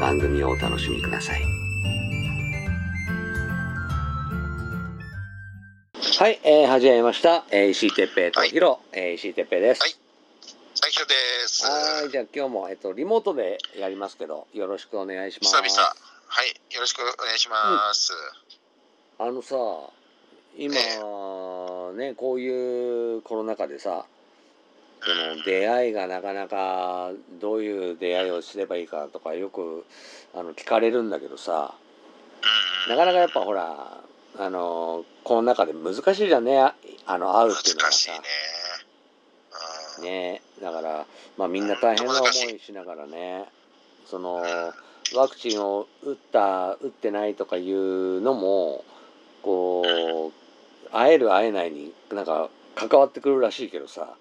番組をお楽しみください。はい、えー、始めました。えー、石井哲平とはいヒロ、えー石井哲平です。はい最初です。は久ーい、じゃあ今日も、えっと、リモートでやりますけど、よろしくお願いします。々。はい、よろしくお願いします。あのさ、今、ね、こういうコロナ禍でさ、その出会いがなかなかどういう出会いをすればいいかとかよくあの聞かれるんだけどさうんなかうんなかやっぱほらあのコロナ禍で難しいじゃんねああの会うっていうのは難しいさね。うんねだから、まあ、みんな大変な思いしながらねそのワクチンを打った打ってないとかいうのもこう会える会えないになんか関わってくるらしいけどさ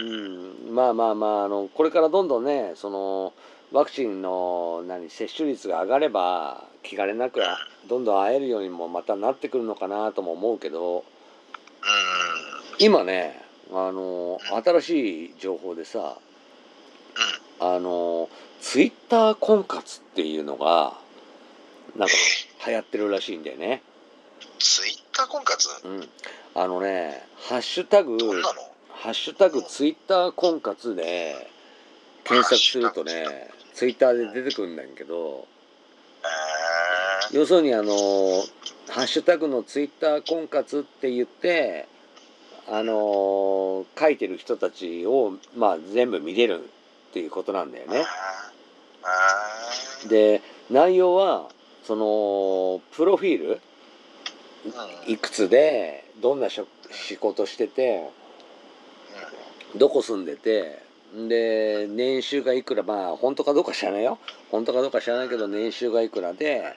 うんうんうん、まあまあまああのこれからどんどんねそのワクチンの何接種率が上がれば気兼ねなくうんどんどん会えるようにもまたなってくるのかなとも思うけどうん今ねあの新しい情報でさあのツイッター婚活っていうのがなんか流行ってるらしいんだよね。ツイッター婚活うん、あのねハッシュタグどんなのハッシュタグツイッター婚活で検索するとねハッシュタグツイッターで出てくるんだけどえー要するにあのハッシュタグのツイッター婚活って言ってあの書いてる人たちを、まあ、全部見れるっていうことなんだよね。あーあーで内容はそのプロフィールうんいくつでどんな職仕事しててどこ住んでてで年収がいくらまあ本当かどうか知らないよ本当かどうか知らないけど年収がいくらで、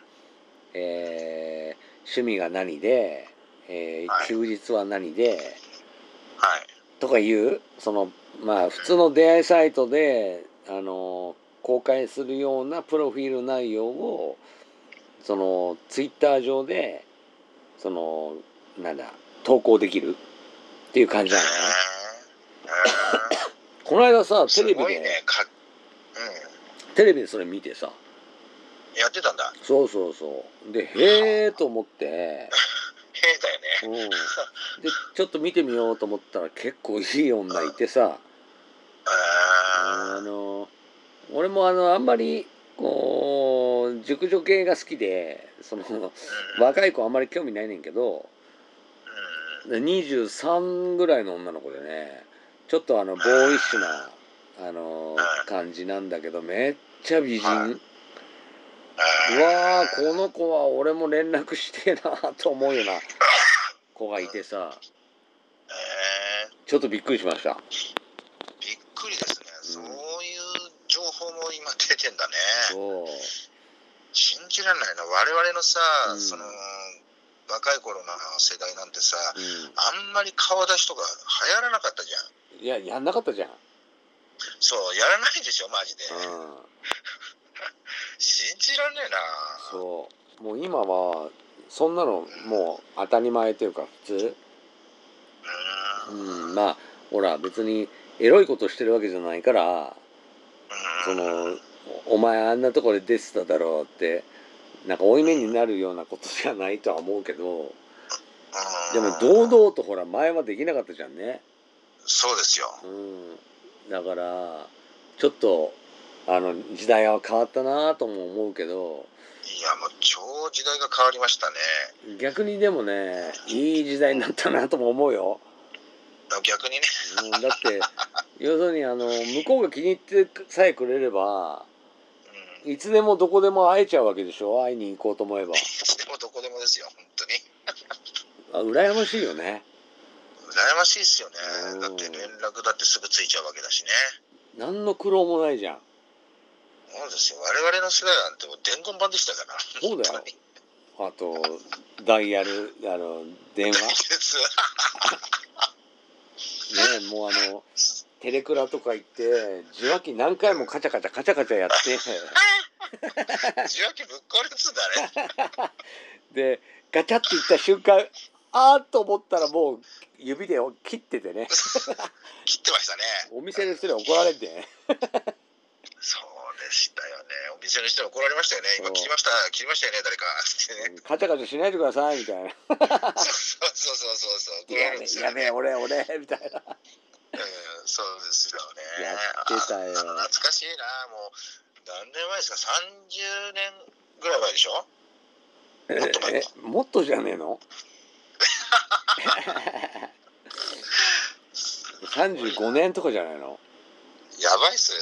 えー趣味が何で、えーはい休日は何ではい。とかいうそのまあ普通の出会いサイトであの公開するようなプロフィール内容をそのツイッター上でそのなんだ投稿できるっていう感じなのね。えーえーこの間さテすレビごいで、ね。かテレビでそれ見てさうん。やってたんだ。そうそうそうでへえと思って、へえだよね。うん、でちょっと見てみようと思ったら結構いい女いてさああの俺もあのあんまりこう熟女系が好きでそのーうん若い子あんまり興味ないねんけどで23ぐらいの女の子でねちょっとあのボーイッシュなあの感じなんだけどめっちゃ美はい人。うわあこの子は俺も連絡してえなと思うような子がいてさえちょっとびっくりしましたーびっくりですうんね、そういう情報も今出てんだねそう信じられないな我々のさ、うんその若い頃の世代なんてさあんまり顔出しとか流行らなかったじゃんうん、いややんなかったじゃん、そうやらないでしょマジで、うん、信じられねえなうそうもう今はそんなのもう当たり前というか普通、ーんうん、まあほら別にエロいことしてるわけじゃないからそのお前あんなとこで出てただろうってなんか負い目になるようなことじゃないとは思うけどでも堂う々とほら前はできなかったじゃんねそうですようん、だからちょっとあの時代は変わったなぁとも思うけどいやもう超時代が変わりましたね逆にでもねいい時代になったなとも思うよ、逆にねうん、だって要するにあの向こうが気に入ってさえくれればうんいいつでもどこでも会えちゃうわけでしょ会いに行こうと思えばつでもどこでもですよ本当にあ羨ましいよね羨ましいですよねうんだって連絡だってすぐついちゃうわけだしね何の苦労もないじゃんそうですよ我々の世代なんてもう伝言版でしたからそうだよ本当にあとダイヤルあの電話ねですもうあのテレクラとか行って受話器何回もカチャカチャカチャカチャやって受話器ぶっ壊れつんだね でガチャっていった瞬間あーっと思ったらもう指で切っててね切ってましたねお店の人に怒られてねそうでしたよねお店の人に怒られましたよねそ今う切りました切りましたよね誰かってねカチャカチャしないでくださいみたいな「そうそうそうそうそう怒やべられるんですえよやべえね俺俺」みたいなうんそうですよねやってたよあの懐かしいなもう何年前ですか30年ぐらい前でしょもっと前えもっとじゃねえ の35年とかじゃないのやばいっすね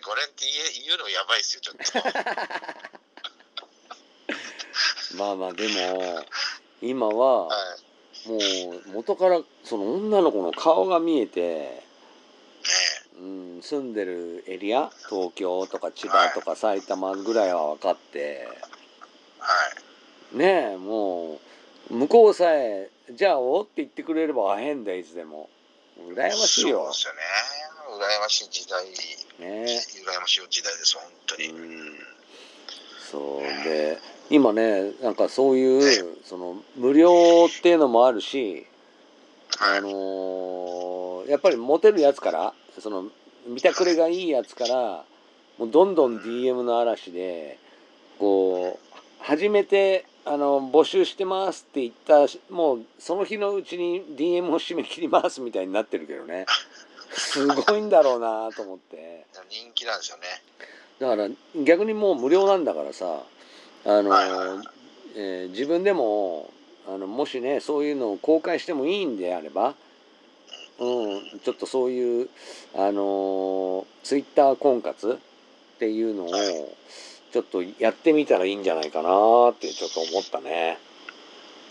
35年って言え言うのやばいっすよちょっとまあまあでも今ははいもう元からその女の子の顔が見えて、ねえうん、住んでるエリア東京とか千葉とか埼玉ぐらいは分かってはいねえもう向こうさえ「じゃあお」って言ってくれれば会えんだよいつでも羨ましいよそうですよね羨ましい時代ねえ羨ましい時代です本当に、うんそうで今ねなんかそういうその無料っていうのもあるしはいあのーやっぱりモテるやつからその見たくれがいいやつからもうどんどん DM の嵐でこう初めてあの募集してますって言ったもうその日のうちに DM を締め切りますみたいになってるけどねすごいんだろうなと思って人気なんですよねだから逆にもう無料なんだからさあのはいはいはー、えー自分でもあのもしねそういうのを公開してもいいんであればうん、ちょっとそういう、あのツイッター婚活っていうのをはい、ちょっとやってみたらいいんじゃないかなってちょっと思ったね。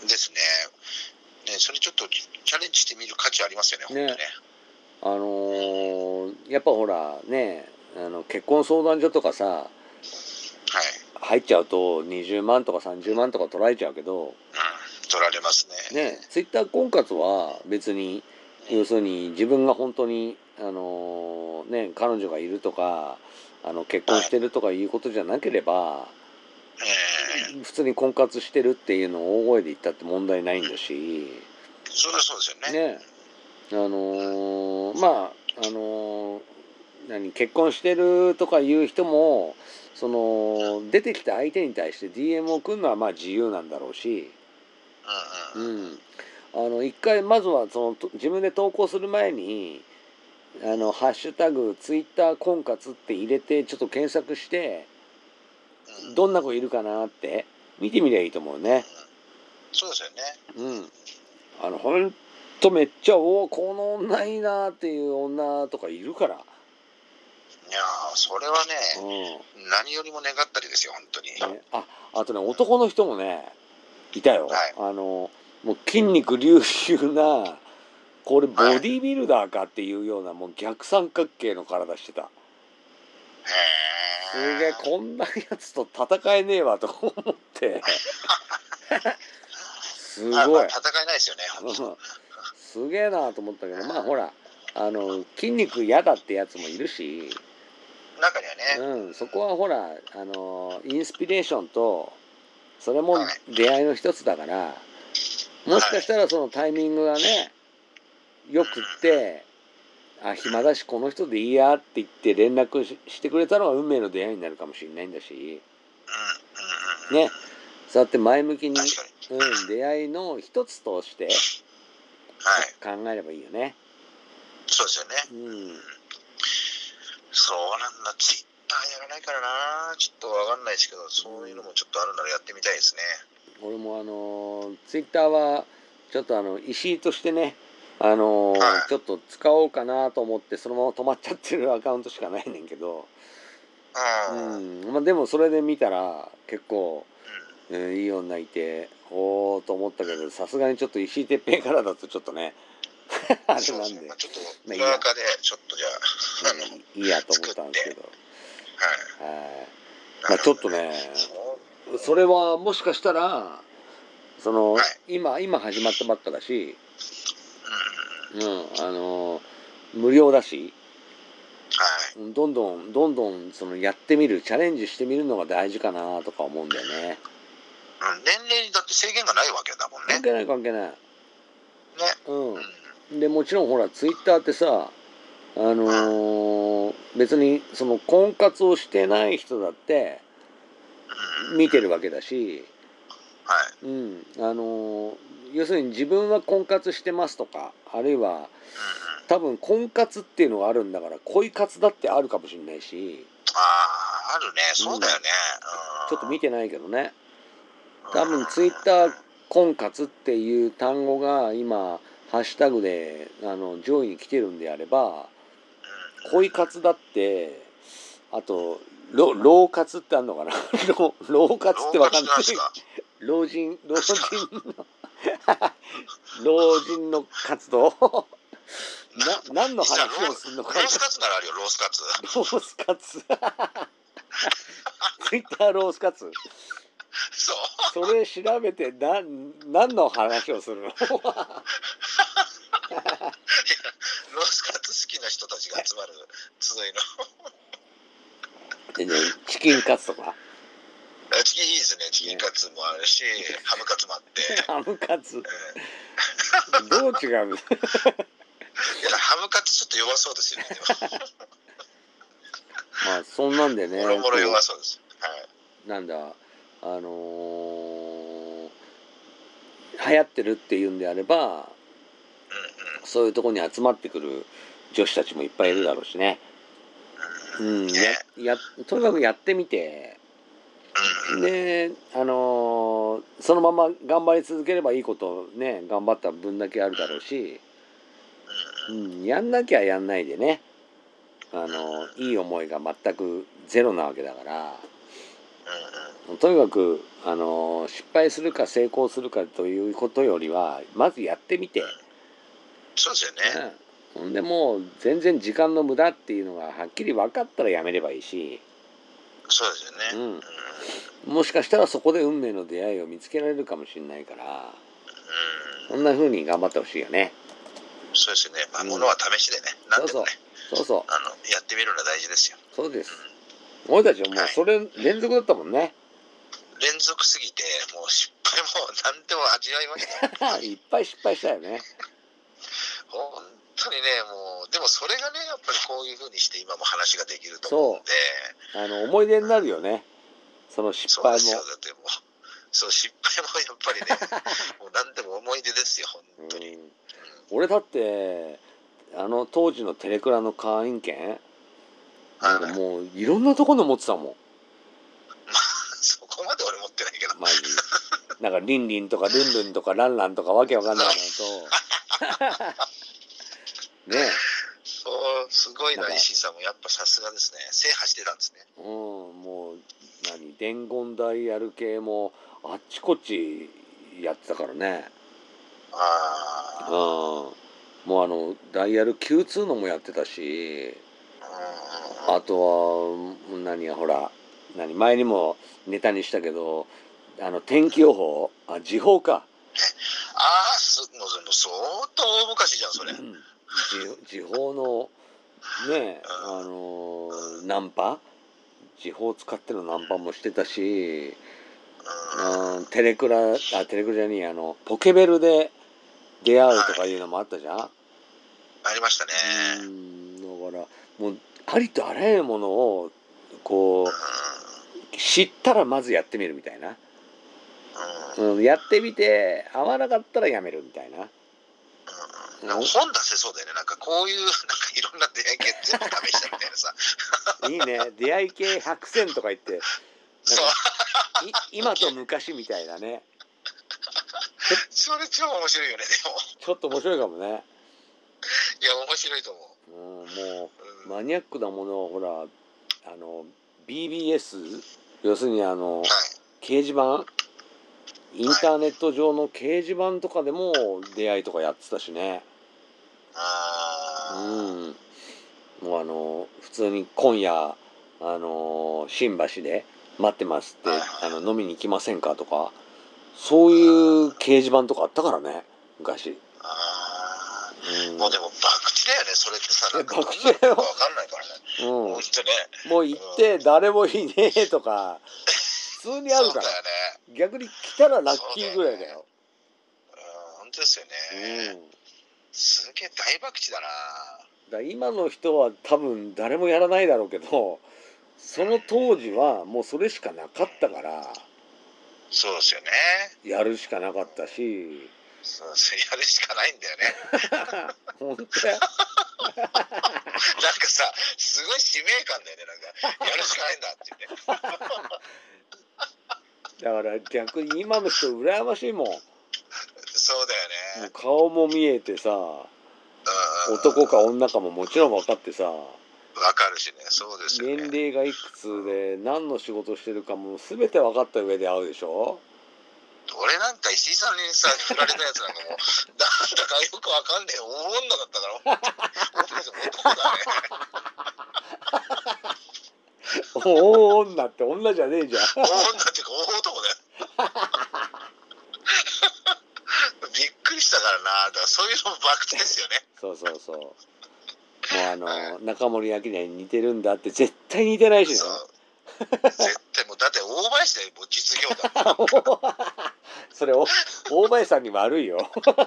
ですねねそれちょっとチャレンジしてみる価値ありますよね本当ねねあのーやっぱほらね、あの結婚相談所とかさ、はい、入っちゃうと20万とか30万とか取られちゃうけど、うん、取られますねね、ツイッター婚活は別に、要するに自分が本当に、あのーね、彼女がいるとか、あの結婚してるとかいうことじゃなければ、ええ普通に婚活してるっていうのを大声で言ったって問題ないんだしそれはそうですよねねあのーまああのー何結婚してるとかいう人もその出てきた相手に対して DM を送るのはまあ自由なんだろうし、ううんうん、ん、あの一回まずはそのと自分で投稿する前に「あのハッシュタグツイッター婚活」って入れてちょっと検索してうんどんな子いるかなって見てみりゃいいと思うね。そうですよねうん、あのほんとめっちゃ「おおこの女いいな」っていう女とかいるから、いやーそれはねうん何よりも願ったりですよ本当に、ね、ああとね男の人もねいたよ、はいあのもう筋肉隆々なこれボディービルダーかっていうようなもう逆三角形の体してたすへげええこんなやつと戦えねえわと思ってすあまごあい戦えないですよね本当うんすげえなと思ったけどまあほらあの筋肉嫌だってやつもいるし、中にはね、うん、そこはほらあのインスピレーションとそれもはい出会いの一つだからもしかしたらそのタイミングがねよくってあ暇だしこの人でいいやって言って連絡ししてくれたのが運命の出会いになるかもしれないんだしうんうんうんうんねそうやって前向きに、確かにうん、出会いの一つとしてはい考えればいいよね。そうですよねうんそうなんだツイッターやららないからな、ちょっとわかんないですけど、そういうのもちょっとあるならやってみたいですね。俺もあのツイッターはちょっとあの石井としてねあのーはいちょっと使おうかなと思ってそのまま止まっちゃってるアカウントしかないねんけど、ううん。うん。んまあ、でもそれで見たら結構、うんいい女いておおと思ったけどさすがにちょっと石井哲平からだとちょっとね あれそうなでんですね。まあ、ちょっとまあいいや裏垢で、ちょっとじゃあ、あ の、はい。うんいいやと思ったんですけど、はいまあ、なるちょっほとどねそうそれはもしかしたらその、はい今今始まったばっかだしうんうんううん。ん、あのー無料だしはい。うんどんどんどんどんそのやってみるチャレンジしてみるのが大事かなとか思うんだよねうん、年齢にだって制限がないわけだもんね。関係ない関係ないね。うん。うんでもちろんほらツイッターってさあのー別にその婚活をしてない人だってうん見てるわけだし、はい。うんあのー要するに自分は婚活してますとかあるいはうんうん。多分婚活っていうのがあるんだから恋活だってあるかもしれないしああ、あるね。そうだよね。うん。ちょっと見てないけどねうん、多分ツイッター婚活っていう単語が今ハッシュタグであの上位に来てるんであれば恋活だってあと老老活ってあんのかな 老老活ってわかんない老化してますか老人老人の老人の活動な何の話をするのかロースカツならあるよ、ロースカツ。 ロースカツ ツイッターロースカツそう。それ調べてな何の話をするのロースカツ好きな人たちが集まる集いの。チキンカツと かあチキンいいですね。チキンカツもあるし、ハムカツもあって。ハムカツうんどう違うの いや、ハムカツちょっと弱そうですよね。まあそんなんで でねももろもろ弱そうです。はい。なんだあのー流行ってるっていうんであればそういうとこに集まってくる女子たちもいっぱいいるだろうしね、ううんうん、ん。ねややとにかくやってみてうんうん。であのーそのまま頑張り続ければいいことね頑張った分だけあるだろうし、うんうん、やんなきゃやんないでねあのいい思いが全くゼロなわけだからうんうんとにかくあの失敗するか成功するかということよりはまずやってみて、そうですよね。うん、ほんでもう全然時間の無駄っていうのがはっきり分かったらやめればいいしそうですよね。ううんん。うん。もしかしたらそこで運命の出会いを見つけられるかもしれないからそんな風に頑張ってほしいよねそうですよね。まあ、うんものは試しでね。なそんうでそうもね、そうそうあの、やってみるのは大事ですよ。そうです俺たちはもうそれ連続だったもんね 連続すぎて、もう失敗も何でも味わい ましたよ。いっぱい失敗したよね本当にね、もう、でもそれがね、やっぱりこういうふうにして今も話ができると思うんで、あの思い出になるよねその失そう敗でもすよ。だってもう、そう、失敗もやっぱり ね、もう何でも思い出ですよ、本当に。うんうん俺だってあの当時のテレクラの会員権なんかはいもういろんなところの持ってたもんそこまで俺持ってないけど、 マジなんかリンリンとかルンルンとかランランとかわけわかんないのと ねそう、すごいなな、んか石井さんもやっぱさすがですね。制覇してたんですね。え、うん、もう何伝言ダイヤル系もあっちこっちやってたからねうんああ。もうあのダイヤル Q2 のもやってたしうんあとはうん何やほら何前にもネタにしたけどあの天気予報あ時報かああ、すもうその相当大昔じゃん、それ。うん。うん時時報のねあのーナンパ時報使ってのナンパもしてたし、うん、テレクラあテレクラじゃねえやあのポケベルで出会うとかいうのもあったじゃん、ありましたね。うんだからもうありとあらゆるものをこうん。う知ったらまずやってみるみたいな。うん。うん、やってみて合わなかったらやめるみたいな うん、なんか本出せそうだよね。なんかこういう、なんかいろんな出会い系全部試したみたいなさ。いいね出会い系100選とか言ってなんかそうい今と昔みたいなねそれ超面白いよねでもちょっと面白いかもね、いや面白いと思うん、もう、ううんマニアックなものをほらあの BBS 要するにあのはい掲示板インターネット上の掲示板とかでも出会いとかやってたしねうあーんもうあの普通に今夜あの新橋で待ってますってはいはあの飲みに行きませんかとかそういう掲示板とかあったからね昔、あうんーもうでも博打だよねそれってさなんかえ博どんな打よのか分かんないからねうん本当ねもう行って誰もいねえとか普通にあそるうかだらよね逆に来たらラッキーぐらいだよ。うん本当ですよね、うんすげえ大博打だなだから今の人は多分誰もやらないだろうけどその当時はもうそれしかなかったからそうですよねやるしかなかったしそうそうやるしかないんだよね 本当やなんかさすごい使命感だよねなんかやるしかないんだって言ってだから逆に今の人羨ましいもんもそうだようね顔も見えてさうん男か女かももちろん分かってさわかるしねそうですよね年齢がいくつで何の仕事してるかも全て分かった上で会うでしょ俺なんか石井さんにさ振られたやつなんかもうなんだかよくわかんねえ大女だったから男だねおお女って女じゃねえじゃん大女っていうか大男だよびっくりしたからなだからそういうのも博打ですよねそうそうそうもうあの中森明菜に似てるんだって絶対似てないしねそう絶対もうだって大林でもう実業だもん それお大林さんに悪いよそうだ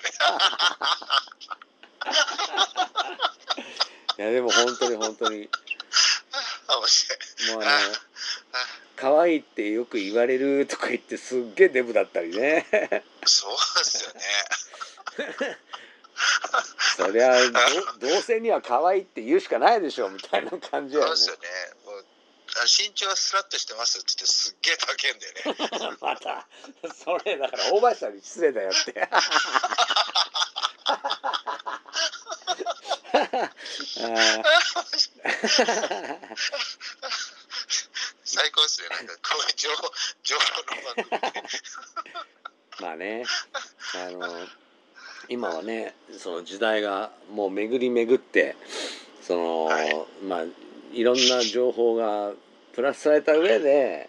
ねいやでも本当に本当に面白いもうあの可愛いってよく言われるとか言ってすっげえデブだったり ねそうですよねそり ゃど同性には可愛いって言うしかないでしょみたいな感じそやうよねですよねもうあ身長はスラッとしてますって言ってすっげえ高えんだよね またそれだから大林さんに失礼だよって あー最高ですね。なんかこういう情報情報の番組で。まあねあの今はねその時代がもう巡り巡ってその、はいまあいろんな情報がプラスされた上で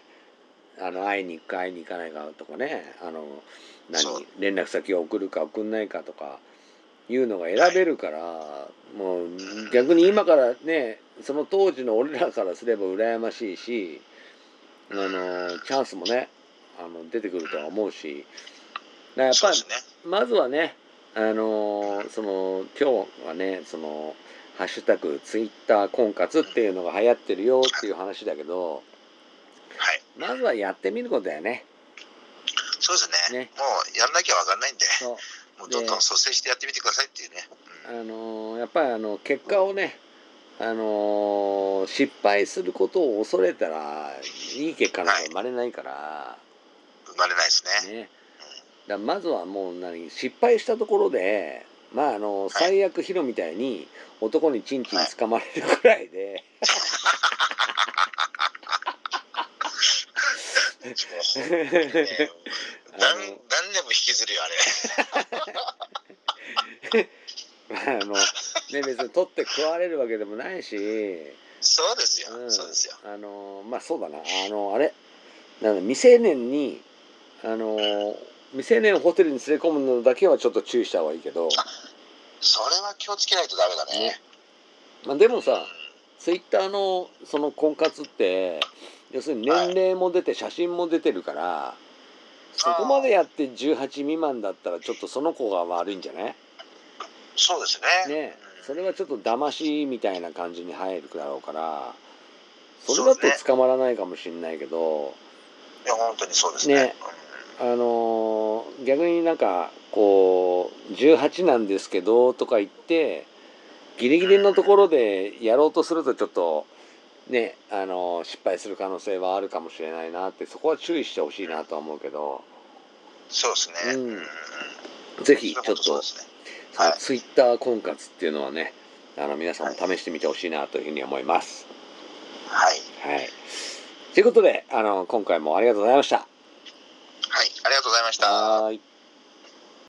あの会いに行くか会いに行かないかとかねあのそう何連絡先を送るか送んないかとかいうのが選べるから、もう逆に今からねその当時の俺らからすれば羨ましいしあのチャンスもねあの出てくるとは思うしだからやっそぱうでりすね。まずはねあのーその今日はねその「ハッシュタグツイッター婚活」っていうのが流行ってるよっていう話だけどはい。まずはやってみることだよね。そうですね。ねもうやんなきゃわかんないんで、そうもうどんどん蘇生してやってみてくださいっていうね。あうんのーやっぱりあの結果をね、あのー失敗することを恐れたらいい結果なんか生まれないから、生まれないですね。ね、だからまずはもう何失敗したところでまああの最悪ヒロみたいに男にチンチン掴まれるくらいで、 あのもうね何何年も引きずるよあれ。まああのね別に取って食われるわけでもないし、そうですよ。うん、そうですよ。あのまあそうだなあのあれなんだ未成年にあの未成年をホテルに連れ込むのだけはちょっと注意した方がいいけど、それは気をつけないとダメだね。まあ、でもうんさツイッターのその婚活って要するに年齢も出て写真も出てるから、そこまでやって18未満だったらちょっとその子が悪いんじゃないそうですね。ねうんそれはちょっと騙しみたいな感じに入るだろうからそれそだうですねと捕まらないかもしれないけど、いや本当にそうですね。ねあのー逆になんかこう18なんですけどとか言ってギリギリのところでやろうとするとちょっとねあの失敗する可能性はあるかもしれないなってそこは注意してほしいなとは思うけどそうですね。うんうんうんぜひちょっとそういうこそうですね。はいツイッター婚活っていうのはねあの皆さんも試してみてほしいなというふうに思います。はい。はい、ということであの今回もありがとうございました。はい。ありがとうございました。はーい